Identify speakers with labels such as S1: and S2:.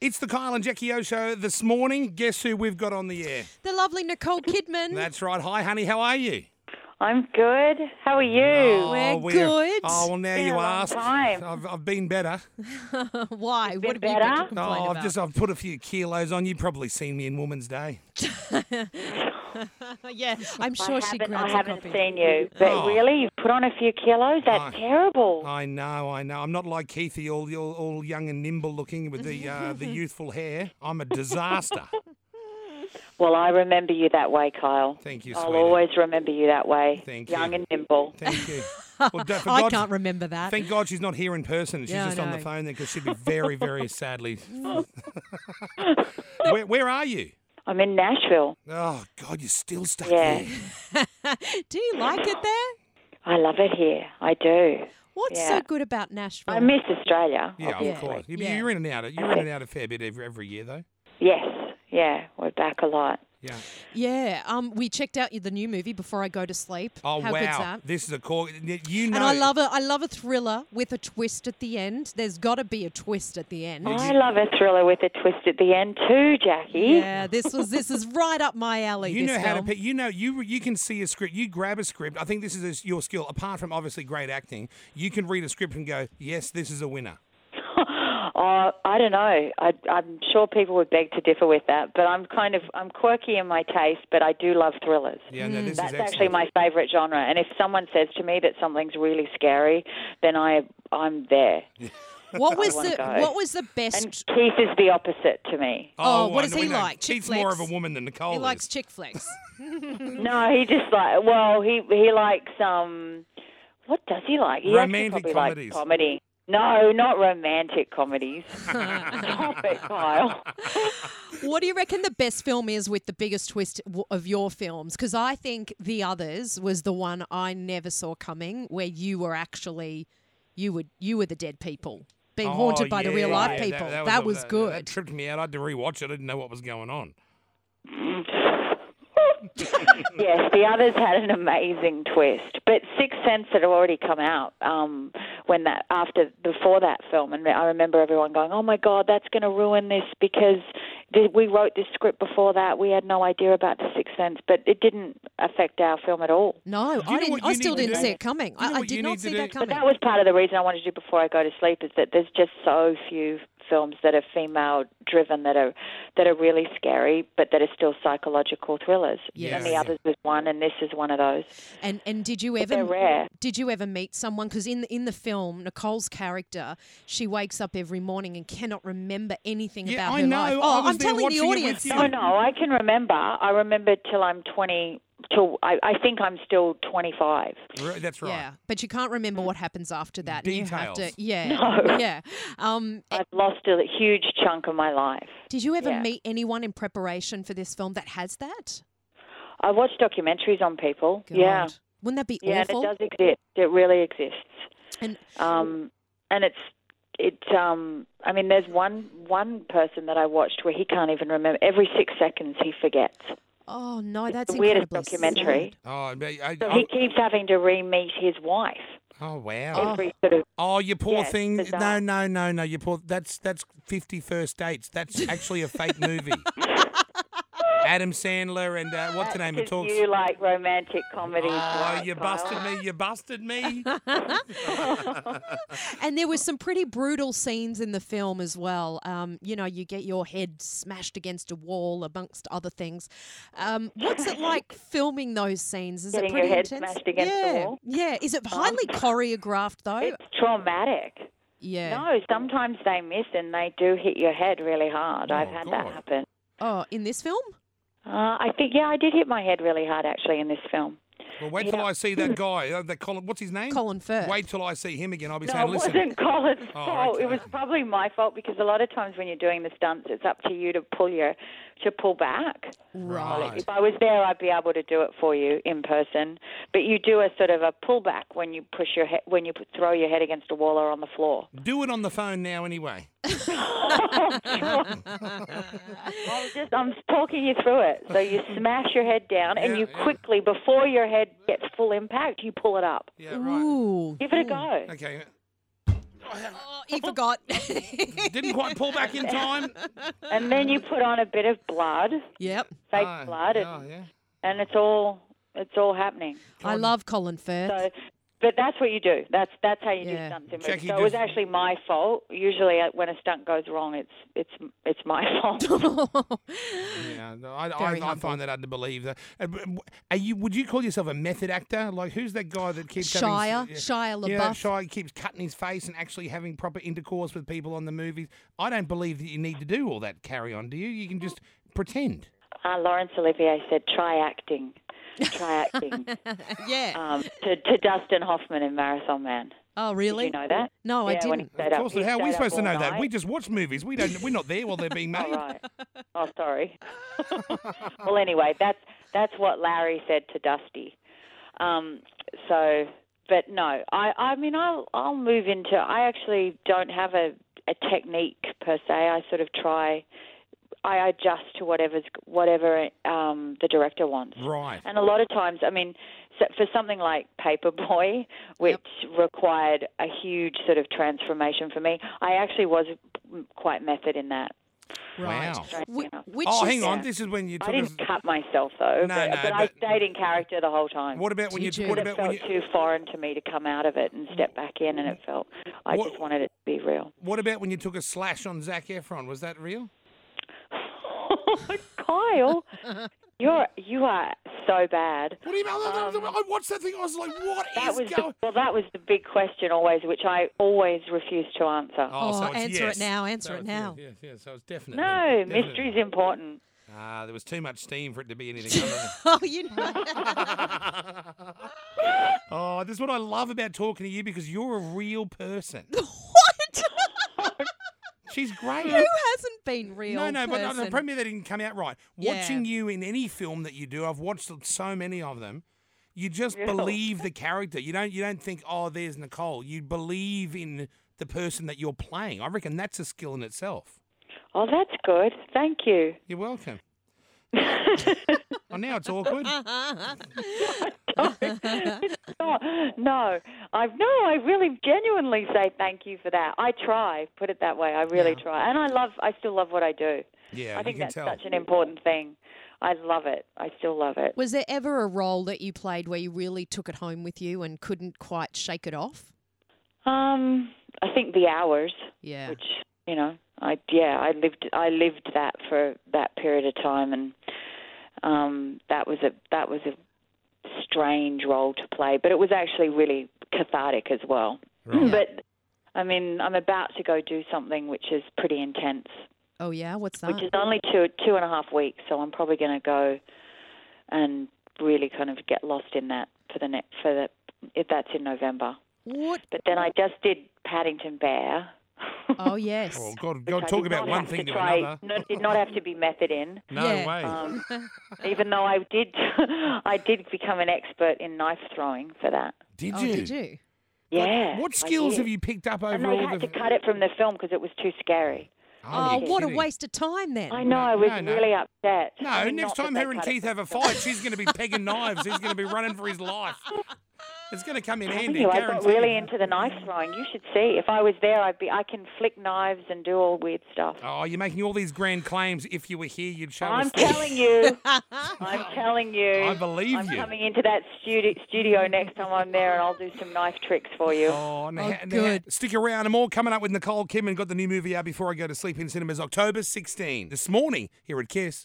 S1: It's the Kyle and Jackie O show this morning. Guess who we've got on the air?
S2: The lovely Nicole Kidman.
S1: That's right. Hi, honey. How are you?
S3: I'm good. How are you?
S2: We're good.
S1: Oh, well, now
S3: Been
S1: you
S3: a long
S1: asked.
S3: time.
S1: I've, I've been better.
S2: Why? What have
S3: bit
S2: you got to
S3: better.
S1: No,
S2: complain
S1: I've
S2: about?
S1: just I've put a few kilos on. You've probably seen me in Woman's Day.
S2: yeah, I'm
S3: I
S2: sure she
S3: haven't,
S2: grabs
S3: I haven't
S2: a copy.
S3: seen you, but
S1: Oh.
S3: really, you've put on a few kilos. That's
S1: I-
S3: terrible.
S1: I know, I know. I'm not like Keithy, all all, all young and nimble looking with the uh, the youthful hair. I'm a disaster.
S3: well, I remember you that way, Kyle.
S1: Thank you,
S3: I'll
S1: sweetie.
S3: always remember you that way.
S1: Thank
S3: Young
S1: you.
S3: and nimble.
S1: Thank you. Well, don't- for
S2: I
S1: God's-
S2: can't remember that.
S1: Thank God she's not here in person. She's
S2: Yeah, I
S1: just on the
S2: know.
S1: phone there because she'd be very, very sadly. where, where are you?
S3: I'm in Nashville.
S1: Oh God, you're still stuck
S3: Yeah.
S1: there.
S2: Do you like it there?
S3: I love it here. I do.
S2: What's so
S3: Yeah.
S2: good about Nashville?
S3: I miss Australia.
S1: Oh. Yeah, of
S3: obviously.
S1: course. You-
S2: Yeah.
S1: You're in and out. Of, you're in and out a fair bit every, every year, though.
S3: Yes. Yeah. We're back a lot.
S1: Yeah.
S2: yeah, um, we checked out the new movie before I go to sleep.
S1: Oh
S2: How
S1: wow,
S2: good's that?
S1: this is a core. You know,
S2: And I love a I love a thriller with a twist at the end. There's got to be a twist at the end.
S3: I love a thriller with a twist at the end too, Jackie.
S2: Yeah, this was this is right up my alley.
S1: You
S2: this
S1: know how to
S2: film.
S1: pick. You know you you can see a script. You grab a script. I think this is a, your skill. Apart from obviously great acting, you can read a script and go, "Yes, this is a winner."
S3: Oh, I don't know. I, I'm sure people would beg to differ with that, but I'm kind of I'm quirky in my taste, but I do love thrillers.
S1: Yeah,
S2: Mm.
S1: no, this
S3: That's
S1: is
S3: actually
S1: excellent.
S3: my favourite genre. And if someone says to me that something's really scary, then I I'm there.
S2: What was
S3: wanna
S2: the
S3: go.
S2: what was the best?
S3: And Keith is the opposite to me.
S2: Oh,
S1: I
S2: what is
S1: know-
S2: he
S1: we know.
S2: like? Chick
S1: Keith's more of a
S2: flicks?
S1: woman than Nicole.
S2: he
S1: is.
S2: likes chick flicks.
S3: No, he just like well, he he likes um, what does he like? He actually
S1: Romantic
S3: probably
S1: comedies.
S3: Likes comedy. No, not romantic comedies. Stop it, Kyle.
S2: What do you reckon the best film is with the biggest twist w- of your films? Because I think The Others was the one I never saw coming, where you were actually, you were you were the dead people being haunted
S1: Oh,
S2: by the
S1: yeah,
S2: real life
S1: yeah,
S2: people. That, was,
S1: that-
S2: good.
S1: That tripped me out. I had to rewatch it. I didn't know what was going on.
S3: Yes, the others had an amazing twist, but Sixth Sense had already come out um, when that after before that film, and I remember everyone going, "Oh my God, that's going to ruin this because th- we wrote this script before that. We had no idea about the Sixth Sense, but it didn't affect our film at all.
S2: no,
S1: you know
S2: I didn't.
S1: what
S2: I
S1: you
S2: still
S1: need to
S2: didn't
S1: do?
S2: see it coming.
S1: You know
S2: I, I
S1: what you
S2: did not
S1: need to
S2: see
S1: do?
S2: that
S1: But
S2: coming.
S3: That was part of the reason I wanted to do before I go to sleep is that there's just so few films that are female driven that are that are really scary, but that are still psychological thrillers.
S2: Yes.
S3: And the
S1: Yeah.
S3: others was one, and this is one of those.
S2: And and did you ever
S3: they're rare.
S2: did you ever meet someone? Because in in the film, Nicole's character, she wakes up every morning and cannot remember anything
S1: Yeah,
S2: about
S1: I
S2: her
S1: know.
S2: life.
S1: I
S2: Oh,
S1: was
S2: am
S1: there
S2: telling the
S1: watching it with
S2: audience.
S1: you.
S3: No, Oh, no, I can remember. I remember till I'm 20. Till I, I think I'm still 25.
S1: R- That's right. Mm.
S2: Yeah, but you can't remember what happens after that. and You have
S1: Details.
S2: to, yeah, yeah. Um, eh,
S3: I've lost a huge chunk of my life.
S2: did you ever
S3: yeah.
S2: meet anyone in preparation for this film that has that?
S3: I watch documentaries on people. Yeah,
S2: God. Wouldn't that be
S3: yeah,
S2: awful?
S3: and it does exist. It really exists.
S2: And-
S3: um, and it's it. Um, I mean, there's one one person that I watched where he can't even remember. Every six seconds, he forgets.
S2: oh no, that's
S3: the weirdest
S2: incredibly
S3: documentary.
S2: sad.
S1: Oh, but I,
S3: So
S1: I-
S3: he keeps having to re-meet his wife
S1: oh wow.
S3: every sort of
S1: Oh, you poor
S3: Yeah,
S1: thing.
S3: bizarre.
S1: No, no, no, no. You poor. That's that's Fifty First Dates. That's actually a fake movie. Adam Sandler and uh, what's the name? It
S3: Because
S1: talks.
S3: you like romantic comedies.
S1: Oh,
S3: right,
S1: you
S3: Kyle?
S1: busted me! You busted me!
S2: And there were some pretty brutal scenes in the film as well. Um, you know, you get your head smashed against a wall, amongst other things. Um, what's it like filming those scenes? Is
S3: Getting
S2: it
S3: your
S2: pretty
S3: head
S2: intense?
S3: smashed against the
S2: yeah,
S3: wall? Um,
S2: yeah. Is it highly choreographed though?
S3: It's traumatic.
S2: yeah.
S3: No, sometimes they miss and they do hit your head really hard. I've
S1: Oh,
S3: had
S1: God.
S3: that happen.
S2: Oh, in this film?
S3: Uh, I think, yeah, I did hit my head really hard actually in this film.
S1: Well, wait till I see that guy. Uh, that Colin. What's his name?
S2: Colin Firth.
S1: Wait till I see him again. I'll be
S3: No,
S1: saying,
S3: it
S1: "Listen,
S3: wasn't Colin's
S1: Oh,
S3: fault.
S1: okay.
S3: It was probably my fault because a lot of times when you're doing the stunts, it's up to you to pull your to pull back.
S1: Right.
S3: If I was there, I'd be able to do it for you in person. But you do a sort of a pullback when you push your head when you put- throw your head against a wall or on the floor.
S1: do it on the phone now, anyway."
S3: I'm just I'm talking you through it. So you smash your head down and
S1: Yeah,
S3: you
S1: yeah.
S3: quickly before your head gets full impact, you pull it up.
S1: Yeah, right.
S2: Ooh.
S3: Give it a go.
S1: Okay.
S2: Oh, he forgot.
S1: Didn't quite pull back in time.
S3: And then you put on a bit of blood,
S2: yep.
S3: fake
S1: Ah,
S3: blood, and,
S1: oh, yeah.
S3: and it's all it's all happening.
S2: I love Colin Firth.
S3: So, uh, but that's what you do. That's that's how you
S2: Yeah.
S3: do stunts in movies.
S1: Jackie
S3: so it was
S1: does-
S3: actually my fault. Usually, uh, when a stunt goes wrong, it's it's it's my fault.
S1: Yeah, no, I,
S2: Very
S1: I, I
S2: humble.
S1: find that hard to believe. That Uh, but, um, are you? Would you call yourself a method actor? Like, who's that guy that keeps
S2: Shia,
S1: having, yeah,
S2: Shia LaBeouf.
S1: Yeah, Shia keeps cutting his face and actually having proper intercourse with people on the movies. I don't believe that you need to do all that carry on. Do you? You can just pretend.
S3: Uh, Laurence Olivier said, "Try acting, try acting."
S2: yeah.
S3: um, to, to Dustin Hoffman in Marathon Man.
S2: oh, really?
S3: Did you know that?
S2: No, Oh, I
S3: Yeah, when he
S2: didn't.
S3: stayed
S1: of
S3: up-
S1: course,
S3: he
S1: how are we
S3: stayed up
S1: supposed to
S3: all
S1: know that?
S3: night.
S1: We just watch movies. We don't. We're not there while they're being made.
S3: All right. oh, sorry. well, anyway, that's that's what Larry said to Dusty. Um, so, but no, I I mean I'll I'll move into. I actually don't have a a technique per se. I sort of try. I adjust to whatever's whatever um, the director wants.
S1: Right.
S3: And a lot of times, I mean, so for something like Paperboy, which required a huge sort of transformation for me, I actually was quite method in that.
S2: Right.
S1: Wow.
S2: Wh-
S3: Strange enough.
S2: which
S1: Oh,
S2: is-
S1: hang on. This is when you
S3: I
S1: took. us-
S3: didn't cut myself though,
S1: No,
S3: but,
S1: no,
S3: but I
S1: but-
S3: stayed in character the whole time.
S1: What about when you?
S2: Did you?
S1: What
S3: it
S1: about when
S3: felt
S1: you? Mm-hmm.
S3: too foreign to me to come out of it and step back in, and it felt I
S1: What-
S3: just wanted it to be real.
S1: What about when you took a slash on Zach Efron? Was that real?
S3: Kyle, you're you are so bad.
S1: What do you mean?
S2: Um,
S1: I watched that thing. I was like, what is
S3: That was
S1: going?
S3: the, well, that was the big question always, which I always refuse to answer.
S2: Oh, answer it now, answer it now.
S1: Yes, yes, so it's definitely.
S3: no,
S1: definitely.
S3: mystery's important.
S1: Ah, there was too much steam for it to be anything other than.
S2: Oh, you know.
S1: Oh, this is what I love about talking to you because you're a real person.
S2: what?
S1: She's great.
S2: Who hasn't been real?
S1: No, no, but no, the
S2: person?
S1: premiere that didn't come out right.
S2: Yeah.
S1: Watching you in any film that you do, I've watched so many of them. You just believe the character. You don't. You don't think, oh, there's Nicole. You believe in the person that you're playing. I reckon that's a skill in itself.
S3: Oh, that's good. Thank you.
S1: You're welcome. oh, now it's awkward.
S3: Oh, no, I no, I really genuinely say thank you for that. I try, put it that way. I really
S2: Yeah.
S3: try, and I love. I still love what I do.
S1: Yeah,
S3: I
S1: you
S3: think
S1: can
S3: that's
S1: tell.
S3: such an important thing. I love it. I still love it.
S2: Was there ever a role that you played where you really took it home with you and couldn't quite shake it off?
S3: Um, I think the hours,
S2: Yeah.
S3: which you know, I yeah, I lived. I lived that for that period of time, and um, that was a that was a strange role to play, but it was actually really cathartic as well.
S1: Right.
S3: But I mean, I'm about to go do something which is pretty intense,
S2: oh, yeah. What's that?
S3: which is only two two and a half weeks. So I'm probably going to go and really kind of get lost in that for the next for the if that's in November.
S2: what?
S3: But then I just did Paddington Bear.
S2: Oh, yes.
S1: Oh God,
S3: which
S1: God,
S3: I
S1: talk
S3: did
S1: about
S3: not
S1: one
S3: have
S1: thing to,
S3: try,
S1: another.
S3: No, did not have to be method in,
S1: No
S2: Yeah.
S1: way.
S3: um, even though I did. I did become an expert in knife throwing for that.
S1: did,
S2: oh,
S1: you?
S2: did you?
S3: Yeah.
S1: What
S3: I
S1: skills
S3: did.
S1: have you picked up over
S3: And
S1: all
S3: they had
S1: the?
S3: to cut it from the film because it was too scary.
S2: Oh,
S1: you're
S2: what a
S1: kidding.
S2: waste of time then.
S3: I know. I was
S1: no, no.
S3: really upset.
S1: No,
S3: I mean,
S1: next
S3: not that
S1: time
S3: they
S1: her and
S3: cut it
S1: Keith
S3: from
S1: have a
S3: the film.
S1: fight, she's going to be pegging knives. He's going to be running for his life. It's going to come in handy.
S3: Anyway, I got
S1: guaranteed.
S3: really into the knife throwing. You should see. If I was there, I'd be. I can flick knives and do all weird stuff.
S1: Oh, you're making all these grand claims. If you were here, you'd show
S3: I'm
S1: us. this.
S3: telling you. I'm telling you.
S1: I believe
S3: I'm
S1: you.
S3: coming into that studio, studio next time I'm there, and I'll do some knife tricks for you.
S1: Oh, and
S2: Oh,
S1: ha- and
S2: good.
S1: ha- stick around. I'm all coming up with Nicole Kim and got the new movie out before I go to sleep in cinemas October 16. This morning here at Kiss.